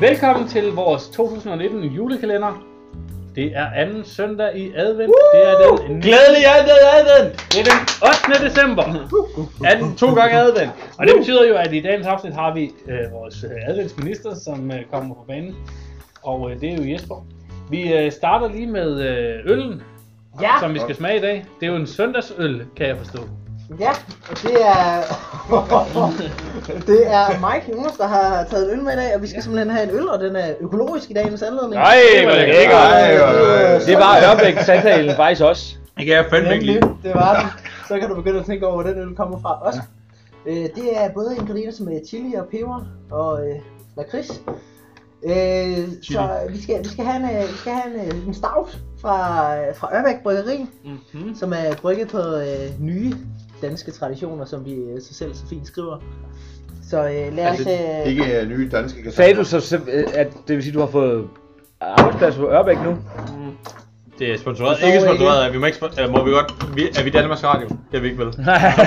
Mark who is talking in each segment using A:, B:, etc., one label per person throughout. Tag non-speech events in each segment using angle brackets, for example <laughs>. A: Velkommen til vores 2019 julekalender. Det er anden søndag i advent. Woo! Det er den,
B: Glædelig advent, advent!
A: det er den 8. december. Anden, to gange advent. Og det betyder jo, at i dagens afsnit har vi øh, vores øh, adventsminister, som øh, kommer på banen. Og øh, det er jo Jesper. Vi øh, starter lige med øh, øllen,
C: Ja,
A: som vi skal smage i dag. Det er jo en søndagsøl, kan jeg forstå.
C: ja, og det er... <laughs> det er Mike Jonas, der har taget en øl med i dag, og vi skal simpelthen have en øl, og den er økologisk i dagens anledning.
B: Nej, hvor
A: lækkert.
B: lækker!
C: Ej, hvor lækkert.
B: Det var Ørbæk Sandalen faktisk også.
D: Det kan jeg fandme ikke
C: Nemlig,
D: lide.
C: det var den. Så kan du begynde at tænke over, hvor den øl kommer fra også. Øh, det er både ingredienser med chili og peber og øh, lakrids. Øh, så vi skal, vi skal have en, øh, vi skal have en, øh, en stout fra, øh, fra Ørbæk Bryggeri,
A: Mm-hmm.
C: som er brygget på øh, nye danske traditioner, som de øh, sig selv så fint skriver. Så øh, lad os...
E: Altså,
C: Øh,
E: ikke øh, nye danske kassetter.
B: Sagde du så, sim- øh, at det vil sige, at du har fået arbejdsplads på Ørbæk nu?
D: Det er sponsoreret.
C: Forstår
D: Ikke
C: ikke.
D: sponsoreret. Er vi, må, ikke spon- eller må vi godt... Vi, er vi Danmarks Radio? Det er vi <laughs> ikke vel. Så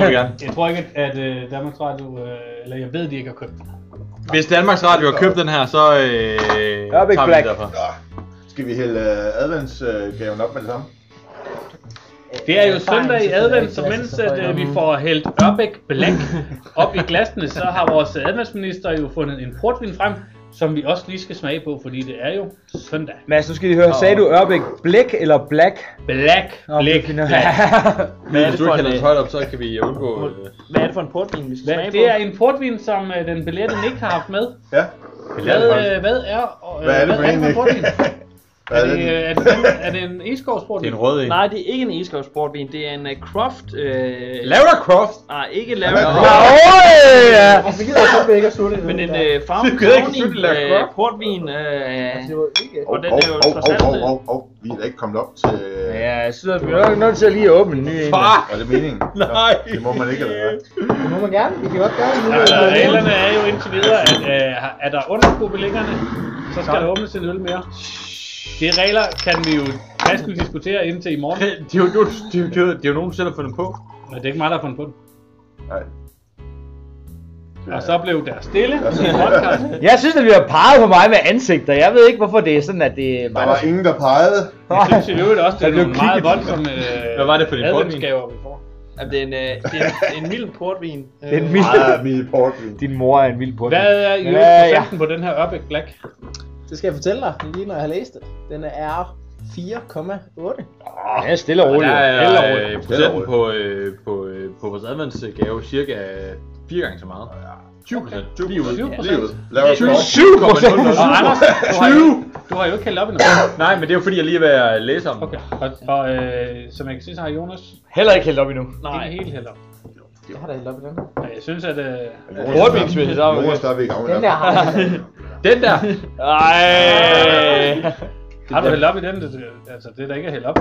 D: må vi gerne.
A: Jeg tror ikke, at øh, Danmarks Radio, øh, eller jeg ved, de ikke har købt den.
D: Hvis Danmarks Radio har købt den her, så øh,
B: Ørbæk
D: tager vi
B: Black.
D: den derfra.
E: Nå, skal vi hælde øh, adventsgaven op med det samme?
A: Det er jo
C: erfaring,
A: søndag i
C: så sidder
A: advent,
C: i
A: så
C: klassen,
A: mens
C: så får
A: at,
C: jeg
A: øh, vi
C: nogen-
A: får hældt Ørbæk Black op i glasene, så har vores adventsminister jo fundet en portvin frem, som vi også lige skal smage på, fordi det er jo søndag.
B: Mads, nu skal I høre. Sagde du Ørbæk Blæk eller Black?
A: Black,
B: Nå,
A: Black,
B: det er <laughs> fint.
A: Black.
D: Men
F: er
D: hvis
F: det
D: du
F: for
D: ikke hælder
F: en, øh,
D: den højt op, så kan vi undgå... øh,
F: Hvad er det for en portvin, vi skal smage
A: Hvad,
F: på?
A: det er en portvin, som øh, den billette ikke har haft med.
E: Ja.
A: Hvad, øh, hvad er, og, øh,
E: Hvad er det for en,
A: en
E: ikke?
A: portvin?
E: <laughs> Hvad
A: Er
E: er det?
A: det, øh, er det, er det en
D: Det
A: Eskovsportvin?
D: er en rød en.
F: Nej, det er ikke en iskovsportvin, det er en uh, Croft... Øh...
D: Laura Croft!
F: Nej, ikke
E: Hvad er
F: Lavra.
E: Croft?
B: Åh,
C: Altså, gider jeg så ikke at slutte i
F: Men
C: den
F: en
C: der.
F: øh, farm
D: Du gider ikke slutte Lavra
F: øh,
D: Croft.
F: portvin... Øh...
C: Altså, det var ikke...
E: Hov,
F: og den
E: hov,
F: er jo
E: hov,
F: trods alt,
E: hov,
F: øh,
E: hov, hov. Vi er da ikke kommet op til...
B: Ja, jeg synes, vi er nok nødt til at lige åbne en ny en.
D: Fuck!
E: Var det meningen? Nå,
D: Nej!
E: Det må man ikke, eller hvad?
C: Det må man gerne, vi kan godt gøre det nu.
A: Øh, reglerne er jo indtil videre, at øh, er der underskud på længerne, så skal der åbnes en øl mere. De regler kan vi jo næsten diskutere indtil i morgen,
D: Det er jo, det er jo- det er jo, det er jo nogen selv, der har fundet på.
A: men det er ikke mig, der har fundet på den.
E: Nej. Det
A: Og
E: er-
A: så blev der stille i podcast.
B: Jeg synes, at vi har peget på mig med ansigter. Jeg ved ikke, hvorfor det er sådan, at det er
E: Der
B: mig,
E: var ingen, der pegede.
A: Jeg synes i øvrigt også, det
B: Der
A: er
B: blev
A: nogle meget
B: kigget.
A: voldsomme øh,
D: Hvad var det for en portvin?
A: adventsgaver, vi får.
F: Jamen, det er en, øh, det er en, en mild portvin. Øh,
B: Det er en vild...
E: Ah, min portvin.
B: <laughs> Din mor er en vild portvin.
A: Hvad er i
B: Men,
A: øvrigt
B: øh, ja.
A: procenten på den her Ørbæk Black?
C: Det skal jeg fortælle dig, lige når jeg har læst det. Den er 4,8.
B: Ah. Ja, stille og
D: Og
B: roligt.
D: der
B: Stille og
D: er
B: roligt.
D: øh, procenten på, øh, på, øh, på vores adventsgave cirka fire gange så meget. 20 procent. 20
A: 20
D: procent.
A: procent.
E: Livet. Lad os gå.
B: 7 procent!
A: Og Anders, du har, jo, du har jo ikke hældt op endnu.
D: Nej, men det er jo fordi, jeg lige er ved at læse om den.
A: Okay. Og, og øh, som jeg kan se, så har Jonas
B: Heller ikke hældt op endnu.
A: Nej. ikke helt hældt op.
C: Jeg har da hældt op i den.
A: Og Jeg synes, at... Øh,
B: Portvinsmæssigt, så er vi-
E: Jonas, der er vi i gang.
C: Den der har jeg hældt op.
D: Den der!
B: Ej.
A: har du hældt op i den? Det, det- altså, det er der ikke at hælde op.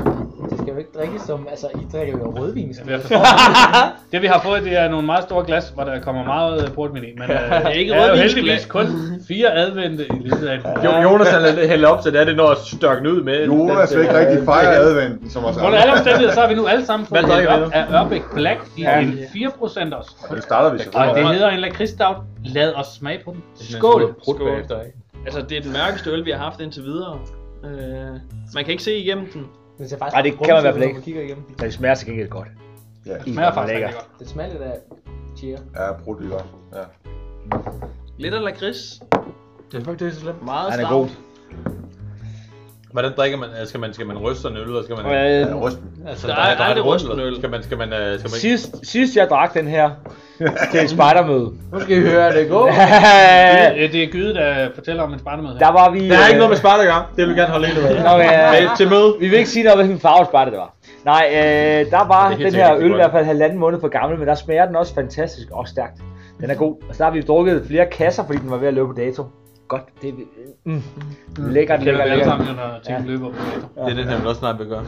C: Det skal jo ikke drikkes som, altså I drikker jo rødvin.
A: Jamen, jeg forstår det. det vi har fået, det er nogle meget store glas, hvor der kommer meget øh, portvin i. Men øh, det er <laughs>
F: ikke
A: ikke er jo
F: rødvinsglas.
A: heldigvis kun fire advente i løbet af en uge.
D: Jo, Jonas han hælder op, så det er det når at størke den ud med.
E: Jonas vil ikke rigtig fejre adventen, som os
A: Under alle
E: andre.
A: omstændigheder, så har vi nu alle sammen fået
D: Hvad drikker
A: en
D: vi
A: op af Ørbæk Black i
B: Ja.
A: en 4% også.
E: Nu starter vi
A: Og det
E: selvfølgelig.
A: hedder en lakridstout. Lad os smage på den. Skål!
F: Skål. Altså, det er den mørkeste øl, vi har haft indtil videre. Øh, man kan ikke se igennem den.
C: Den ser faktisk
B: Ej, det kan man i hvert
C: grumset
B: fald
C: ud,
B: ikke.
C: når kigger igennem den.
B: Men det smager til gengæld godt.
E: Ja,
B: I
A: Smager faktisk rigtig
B: lækker.
A: godt.
C: Det smager lidt af cheer.
E: ja brudt det godt. Ja.
F: Lidt af lakrids.
D: Det er faktisk så slemt.
F: Meget
B: Han er
F: stout.
B: god.
D: Hvordan drikker man? øh, Skal man, skal man ryste sådan en øl, eller skal man...
B: Øh,
E: Ja, rysten.
D: Altså,
F: der er aldrig
D: en
F: rysten
D: eller-
F: øl.
D: Skal man, skal man, øh, skal man ikke...
B: sidst, sidst jeg drak den <laughs> her til et spejdermøde.
C: Nu skal I høre det gå.
A: Det er- Det er Gyde, der fortæller om en spartemøde her.
B: Der var vi...
D: Der er ikke noget med Sparta at gøre. Det vil vi gerne holde ind
B: Nå, ja.
D: med. Til møde.
B: Vi vil ikke sige noget om, hvilken farve Sparta det var. Nej, øh, der var
D: Det er helt
B: den her
D: sikkert, det
B: øl
D: er
B: i hvert fald halvanden måned for gammel, men der smager den også fantastisk og stærkt. Den er god. Og så har vi drukket flere kasser, fordi den var ved at løbe på dato. Godt. Det er... Mm. Lækkert,
A: Kender
B: lækkert,
A: vi alle
B: lækkert.
A: sammen, når ting løber på dato.
D: Det er den her, vi også snart vil gøre.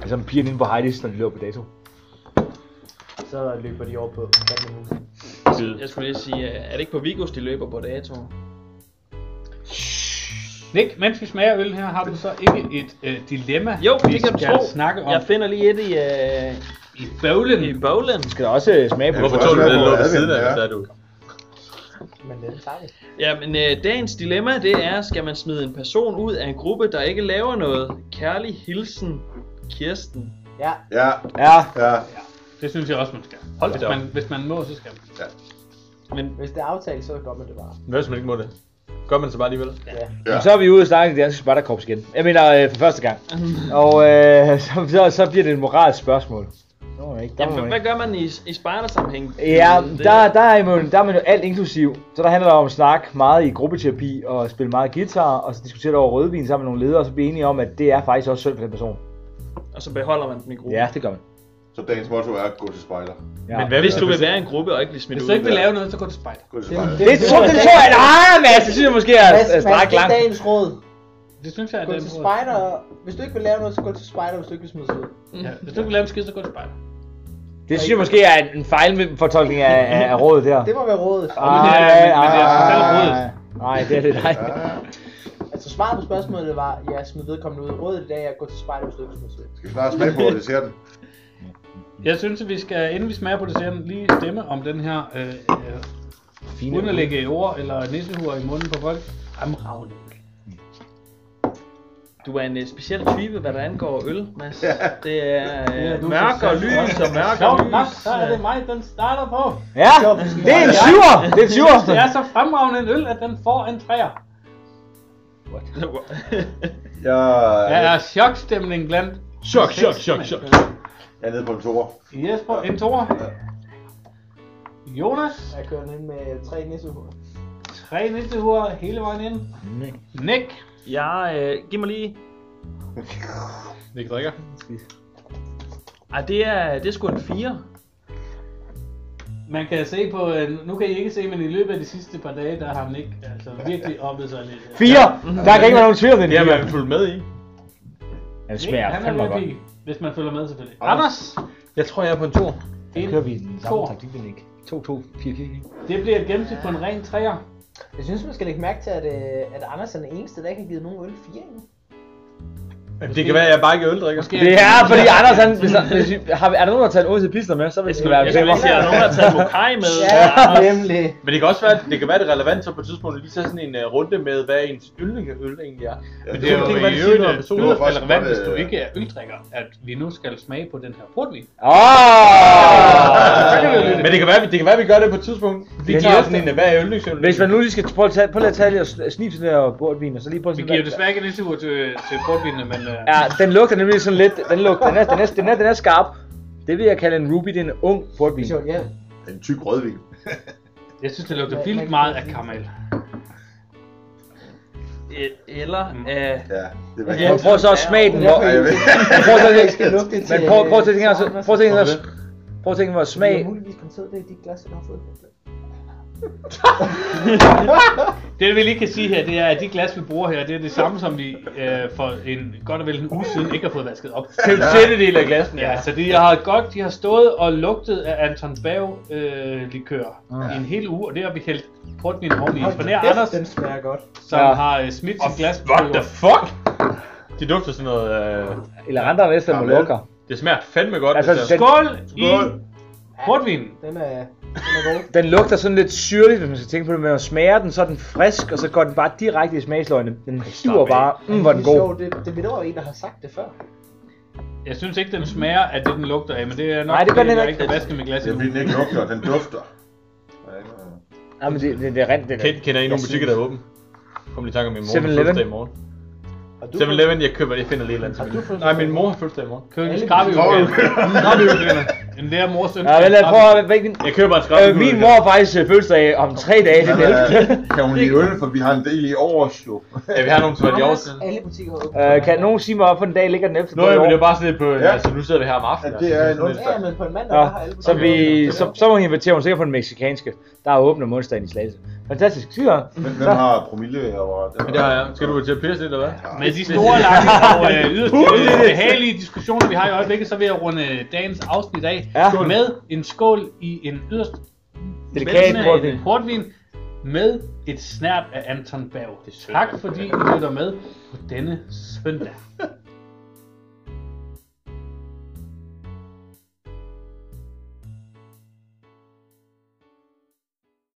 B: Ligesom pigerne inde på Heidi's, når de løber på dato.
C: Så løber de over på badminton.
F: Jeg skulle lige sige, øh, er det ikke på Vigos, de løber på dato?
A: Nick, mens vi smager øl her, har du så ikke et øh, dilemma,
F: Jo,
A: vi
F: det kan du
A: skal
F: tro.
A: snakke om
F: Jeg finder lige et i, øh,
A: i bøvlen?
F: i bowlen.
B: Skal der også øh, smage på
E: Ja,
D: Hvorfor
E: det
D: tog du
E: også
D: den
E: være
D: lå ved
E: på
D: siden af,
E: advent,
D: hvis
E: ja.
D: det er du?
C: Men øh, det tager vi.
F: Ja, men øh, dagens dilemma, det er, skal man smide en person ud af en gruppe, der ikke laver noget? Kærlig hilsen, Kirsten.
C: Ja,
E: Ja,
B: Ja,
E: ja.
A: Det synes jeg også, man skal. Hold hvis,
D: da op.
A: man, hvis man må, så skal man.
F: Men
C: hvis det er aftalt, så gør man det bare.
D: Hvad hvis man ikke må det? Gør man det så bare alligevel?
C: Ja.
E: Ja.
B: ja. Så er vi ude og snakke det danske spejderkorps igen. Jeg mener øh, for første
F: <laughs>
B: gang. Og øh, så, så, så bliver det et moralsk spørgsmål. Det må man ikke. Der må
F: jamen,
B: man
F: hvad
B: ikke.
F: gør man i, i spejdersammenhæng? Øh,
B: Ja,
F: Det-
B: der, der, er man, der er man jo alt inklusiv. Så der handler det om at snakke meget i gruppeterapi og spille meget guitar og så diskutere det over rødvin sammen med nogle ledere og så blive enige om, at det er faktisk også synd for den person.
F: Og så beholder man den i gruppen.
B: Ja, det gør man.
E: Så dagens motto er, gå til spejder.
B: Ja.
D: Men hvad
F: Hvis
D: hvis
F: du vil være i en gruppe og ikke blive smidt
A: Hvis
F: ud.
A: du ikke vil
E: der.
A: lave noget, så gå til spejder.
E: Gå til spejder.
B: Det tror det tror jeg, nej, Mads, det synes jeg måske er,
C: Mads,
B: er
C: Mads,
B: stræk
C: det er
B: Altså, langt.
C: dagens råd.
A: Det synes jeg, at
C: Gå
A: det er
C: til
A: en-
C: spider. Hvis du ikke vil lave noget, så gå til spider, hvis du ikke vil smide sig ud.
A: Ja, hvis du ikke vil lave en skid, så gå til spejder.
B: Det synes jeg måske er en, en fejlfortolkning af, af, af rådet der.
C: Det må være rådet.
B: Ah.
A: men det er- men det er trods alt rådet.
B: Nej, det er det nej.
C: Altså svaret på spørgsmålet var, ja, smid vedkommende ud. Rådet i dag er at gå til spider, hvis du ikke vil smide sig ud.
E: Skal vi snart smage på desserten?
A: Jeg synes, at vi skal, inden vi smager på desserten, lige stemme om den her, øh, øh,
B: Fine.
A: uden at lægge ord eller nissehuer i munden på folk. Fremragende.
F: Du er en øh, speciel type, hvad der angår øl, Mads.
E: Ja.
F: Det er
A: Ja, du
F: øh,
A: er
F: mørk
A: så
F: og
A: sandt.
F: lys og mørk og
A: Sjovt nok,
F: lys.
A: så er det mig, den starter
F: <laughs>
A: på.
B: Ja, det er en syver. Det er en syver.
A: Det er så fremragende en øl, at den får en træer.
E: Jeg,
A: Der er chokstemning blandt
D: Chok, chok, chok, chok.
E: jeg er nede på en toer.
A: Jesper, en toer. Jonas,
C: Jeg kører den ind med tre nissehuer.
A: tre nissehuer hele vejen ind. Nick,
F: Ja, øh, giv mig lige...
D: Nick drikker.
F: Ej, det er, det er sgu en 4.
A: man kan se på, øh, nu kan I ikke se, men i løbet af de sidste par dage, der har Nick altså virkelig oppet sig lidt.
B: Fire. Der kan ikke være nogen tvivl om den.
D: Det har
B: fire.
D: man fulgt med i.
B: Ja, det
A: Nick,
B: smager
A: han
B: fandme
A: er
B: godt.
A: virkelig, hvis man følger med selvfølgelig.
D: Anders? Jeg tror, jeg er på en tor.
A: En,
B: Kører vi den samme
A: to.
B: taktik, den ikke? 2, 2, 4, 4,
A: Det bliver et gennemsnit på en ren træer.
C: Jeg synes, man skal lægge mærke til, at, øh, at Anders er den eneste, der ikke har givet nogen øl fire endnu.
D: Det kan være, at jeg bare ikke er øldrikker.
A: Måske
B: Det er, fordi Anders, han, hvis, han- hvis, vi- har, er der nogen, der har taget en olie til pister med, så vil det være
F: Jeg skal lige se, at der er nogen, der har taget mokai med.
C: <laughs> nemlig.
D: Men det kan også være, det kan være det er relevant så på et tidspunkt at lige tage sådan en uh, runde med, hvad ens yndling øl egentlig er.
E: Ja,
A: Men
D: det er jo
A: ikke,
D: i
A: hvad det
D: øvrigt,
A: siger,
D: øh,
A: når personen
E: det var
A: er
E: faktisk
A: relevant,
E: godt,
A: hvis du
E: øh,
A: ikke er øldrikker, at vi nu skal smage på den her portvin.
B: Åh!
D: Men det kan være, vi, det kan være, vi gør det på et tidspunkt. Vi
B: Det er
D: tager
B: også
D: sådan en, øh, hvad er yndlingsøl?
B: Hvis man nu lige skal prøve at tage, prøv lige at tage lige og sn- snibe til den der bordvin, og så lige prøve at
A: Vi
B: se,
A: giver jo
B: hvad-
A: desværre ikke en interview til, til portvinene, men øh,
B: Ja, den lugter nemlig sådan lidt, den lugter, den er, den er, den er, den er skarp. Det vil jeg kalde en ruby, det er en ung portvin.
C: Det er sjovt, ja.
E: En tyk rødvin.
A: jeg synes, det lugter
C: Ja, man
A: vildt
C: kan
A: meget
C: godt
A: af
C: lide
A: karamel.
F: E- Eller af...
E: Ja, det var
B: Prøv, prøv så at smage den, hvor,
E: Ja, jeg ved. <laughs>
B: prøv så
C: Jeg skal
B: at
C: lugte det
B: men
C: til,
B: prøv, prøv
C: øh,
B: at tænke engang, så- prøv at tænke engang, så-
D: Hvorfor
B: prøv at tænke hvor smag,
C: Jeg har muligvis kommet til, det er de glas, jeg har fået.
A: Det vi lige kan sige her, det er, at de glas, vi bruger her, det er det samme, som vi øh, for en, godt og vel en uge siden ikke har fået vasket op.
B: det er en tredjedel af glassen.
A: Ja, så de har godt, de har stået og lugtet af Anton Bav øh, likør i en hel uge, og det har vi hældt portvin oveni. For det er Anders,
C: Den smager godt.
A: som
B: Ja.
A: har øh, smidt sit glas på
D: What the
A: jorden.
D: fuck? Det dufter sådan noget... Øh,
B: Eller andre er næsten med
E: Karamel.
B: lukker.
D: det smager fandme godt.
B: Altså,
D: det der.
B: den-
A: Skål i
D: Skål.
A: portvinen.
C: Den er,
B: Mm,
C: den er god.
B: Den lugter sådan lidt syrligt, hvis man skal tænke på det, men når man smager den, så er den frisk, og så går den bare direkte i smagsløgene. Den hiver
D: af.
B: bare, mm, hvor er den
C: Det er
B: god.
C: sjovt, det, det ved en, der har sagt det før.
A: Jeg synes ikke, den smager af det, den lugter af, men det er nok,
B: Nej, det gør
A: fordi
B: den
A: jeg
B: ikke.
A: ikke har vasket mit glas
E: Det
A: i
E: er fordi
A: ugen.
E: den ikke lugter, den dufter.
B: Ja, men det, det, det er rent, det
D: Kend,
B: der.
D: kender I
B: Jeg
D: nogle butikker, der er åbne? Kom lige i tanke om min mor har
B: 7-Eleven.
D: fødselsdag i morgen.
C: Og du,
D: 7-Eleven, jeg køber det, jeg finder lige et eller andet.
C: Har
D: til
C: du
D: min-
C: fødselsdag
D: Nej,
C: i
D: min
C: morgen?
D: mor har fødselsdag i morgen.
A: Køb en
C: Alle
A: skrabbejulegave.
E: butikker.
A: Jamen det er mors ønske.
B: Ja, vel, lad- prøv at væk
D: Jeg køber en skrabbe.
B: Øh, min mor har faktisk øh, fødselsdag om tre dage, det er den 11.
E: Kan hun lide øl, for vi har en del i års jo.
D: Ja, vi har nogle, som er de år
C: Anders,
D: siden.
C: alle butikker har åbent.
B: Øh, kan nogen sige mig, hvorfor den dag ligger den 11.
D: Nå,
B: på i
D: ja, men
B: år?
D: det er bare sådan lidt på...
E: Ja.
D: Ja. Altså, nu sidder vi her om aftenen.
E: Ja, det er en
D: sådan lidt-
E: onsdag.
C: Ja, men på en mandag,
B: Ja,
C: der har alle
B: så, vi, så, så må hun invitere, hun er sikkert på den meksikanske. Der er åbent om onsdagen i Slagelse. Fantastisk, siger
E: Men hvem har promille og...
D: Men det har jeg. Skal du til at pisse lidt, eller hvad?
A: Med de store lange og øh, yderst øh, behagelige diskussioner, vi har i øjeblikket, så vil jeg runde øh, dagens afsnit af
B: Ja.
A: med en skål i en yderst
B: Delikat
A: velsmagende
B: portvin.
A: portvin med et snært af Anton Bav.
D: Det er synd,
A: Tak
D: man.
A: fordi I lytter med på denne søndag.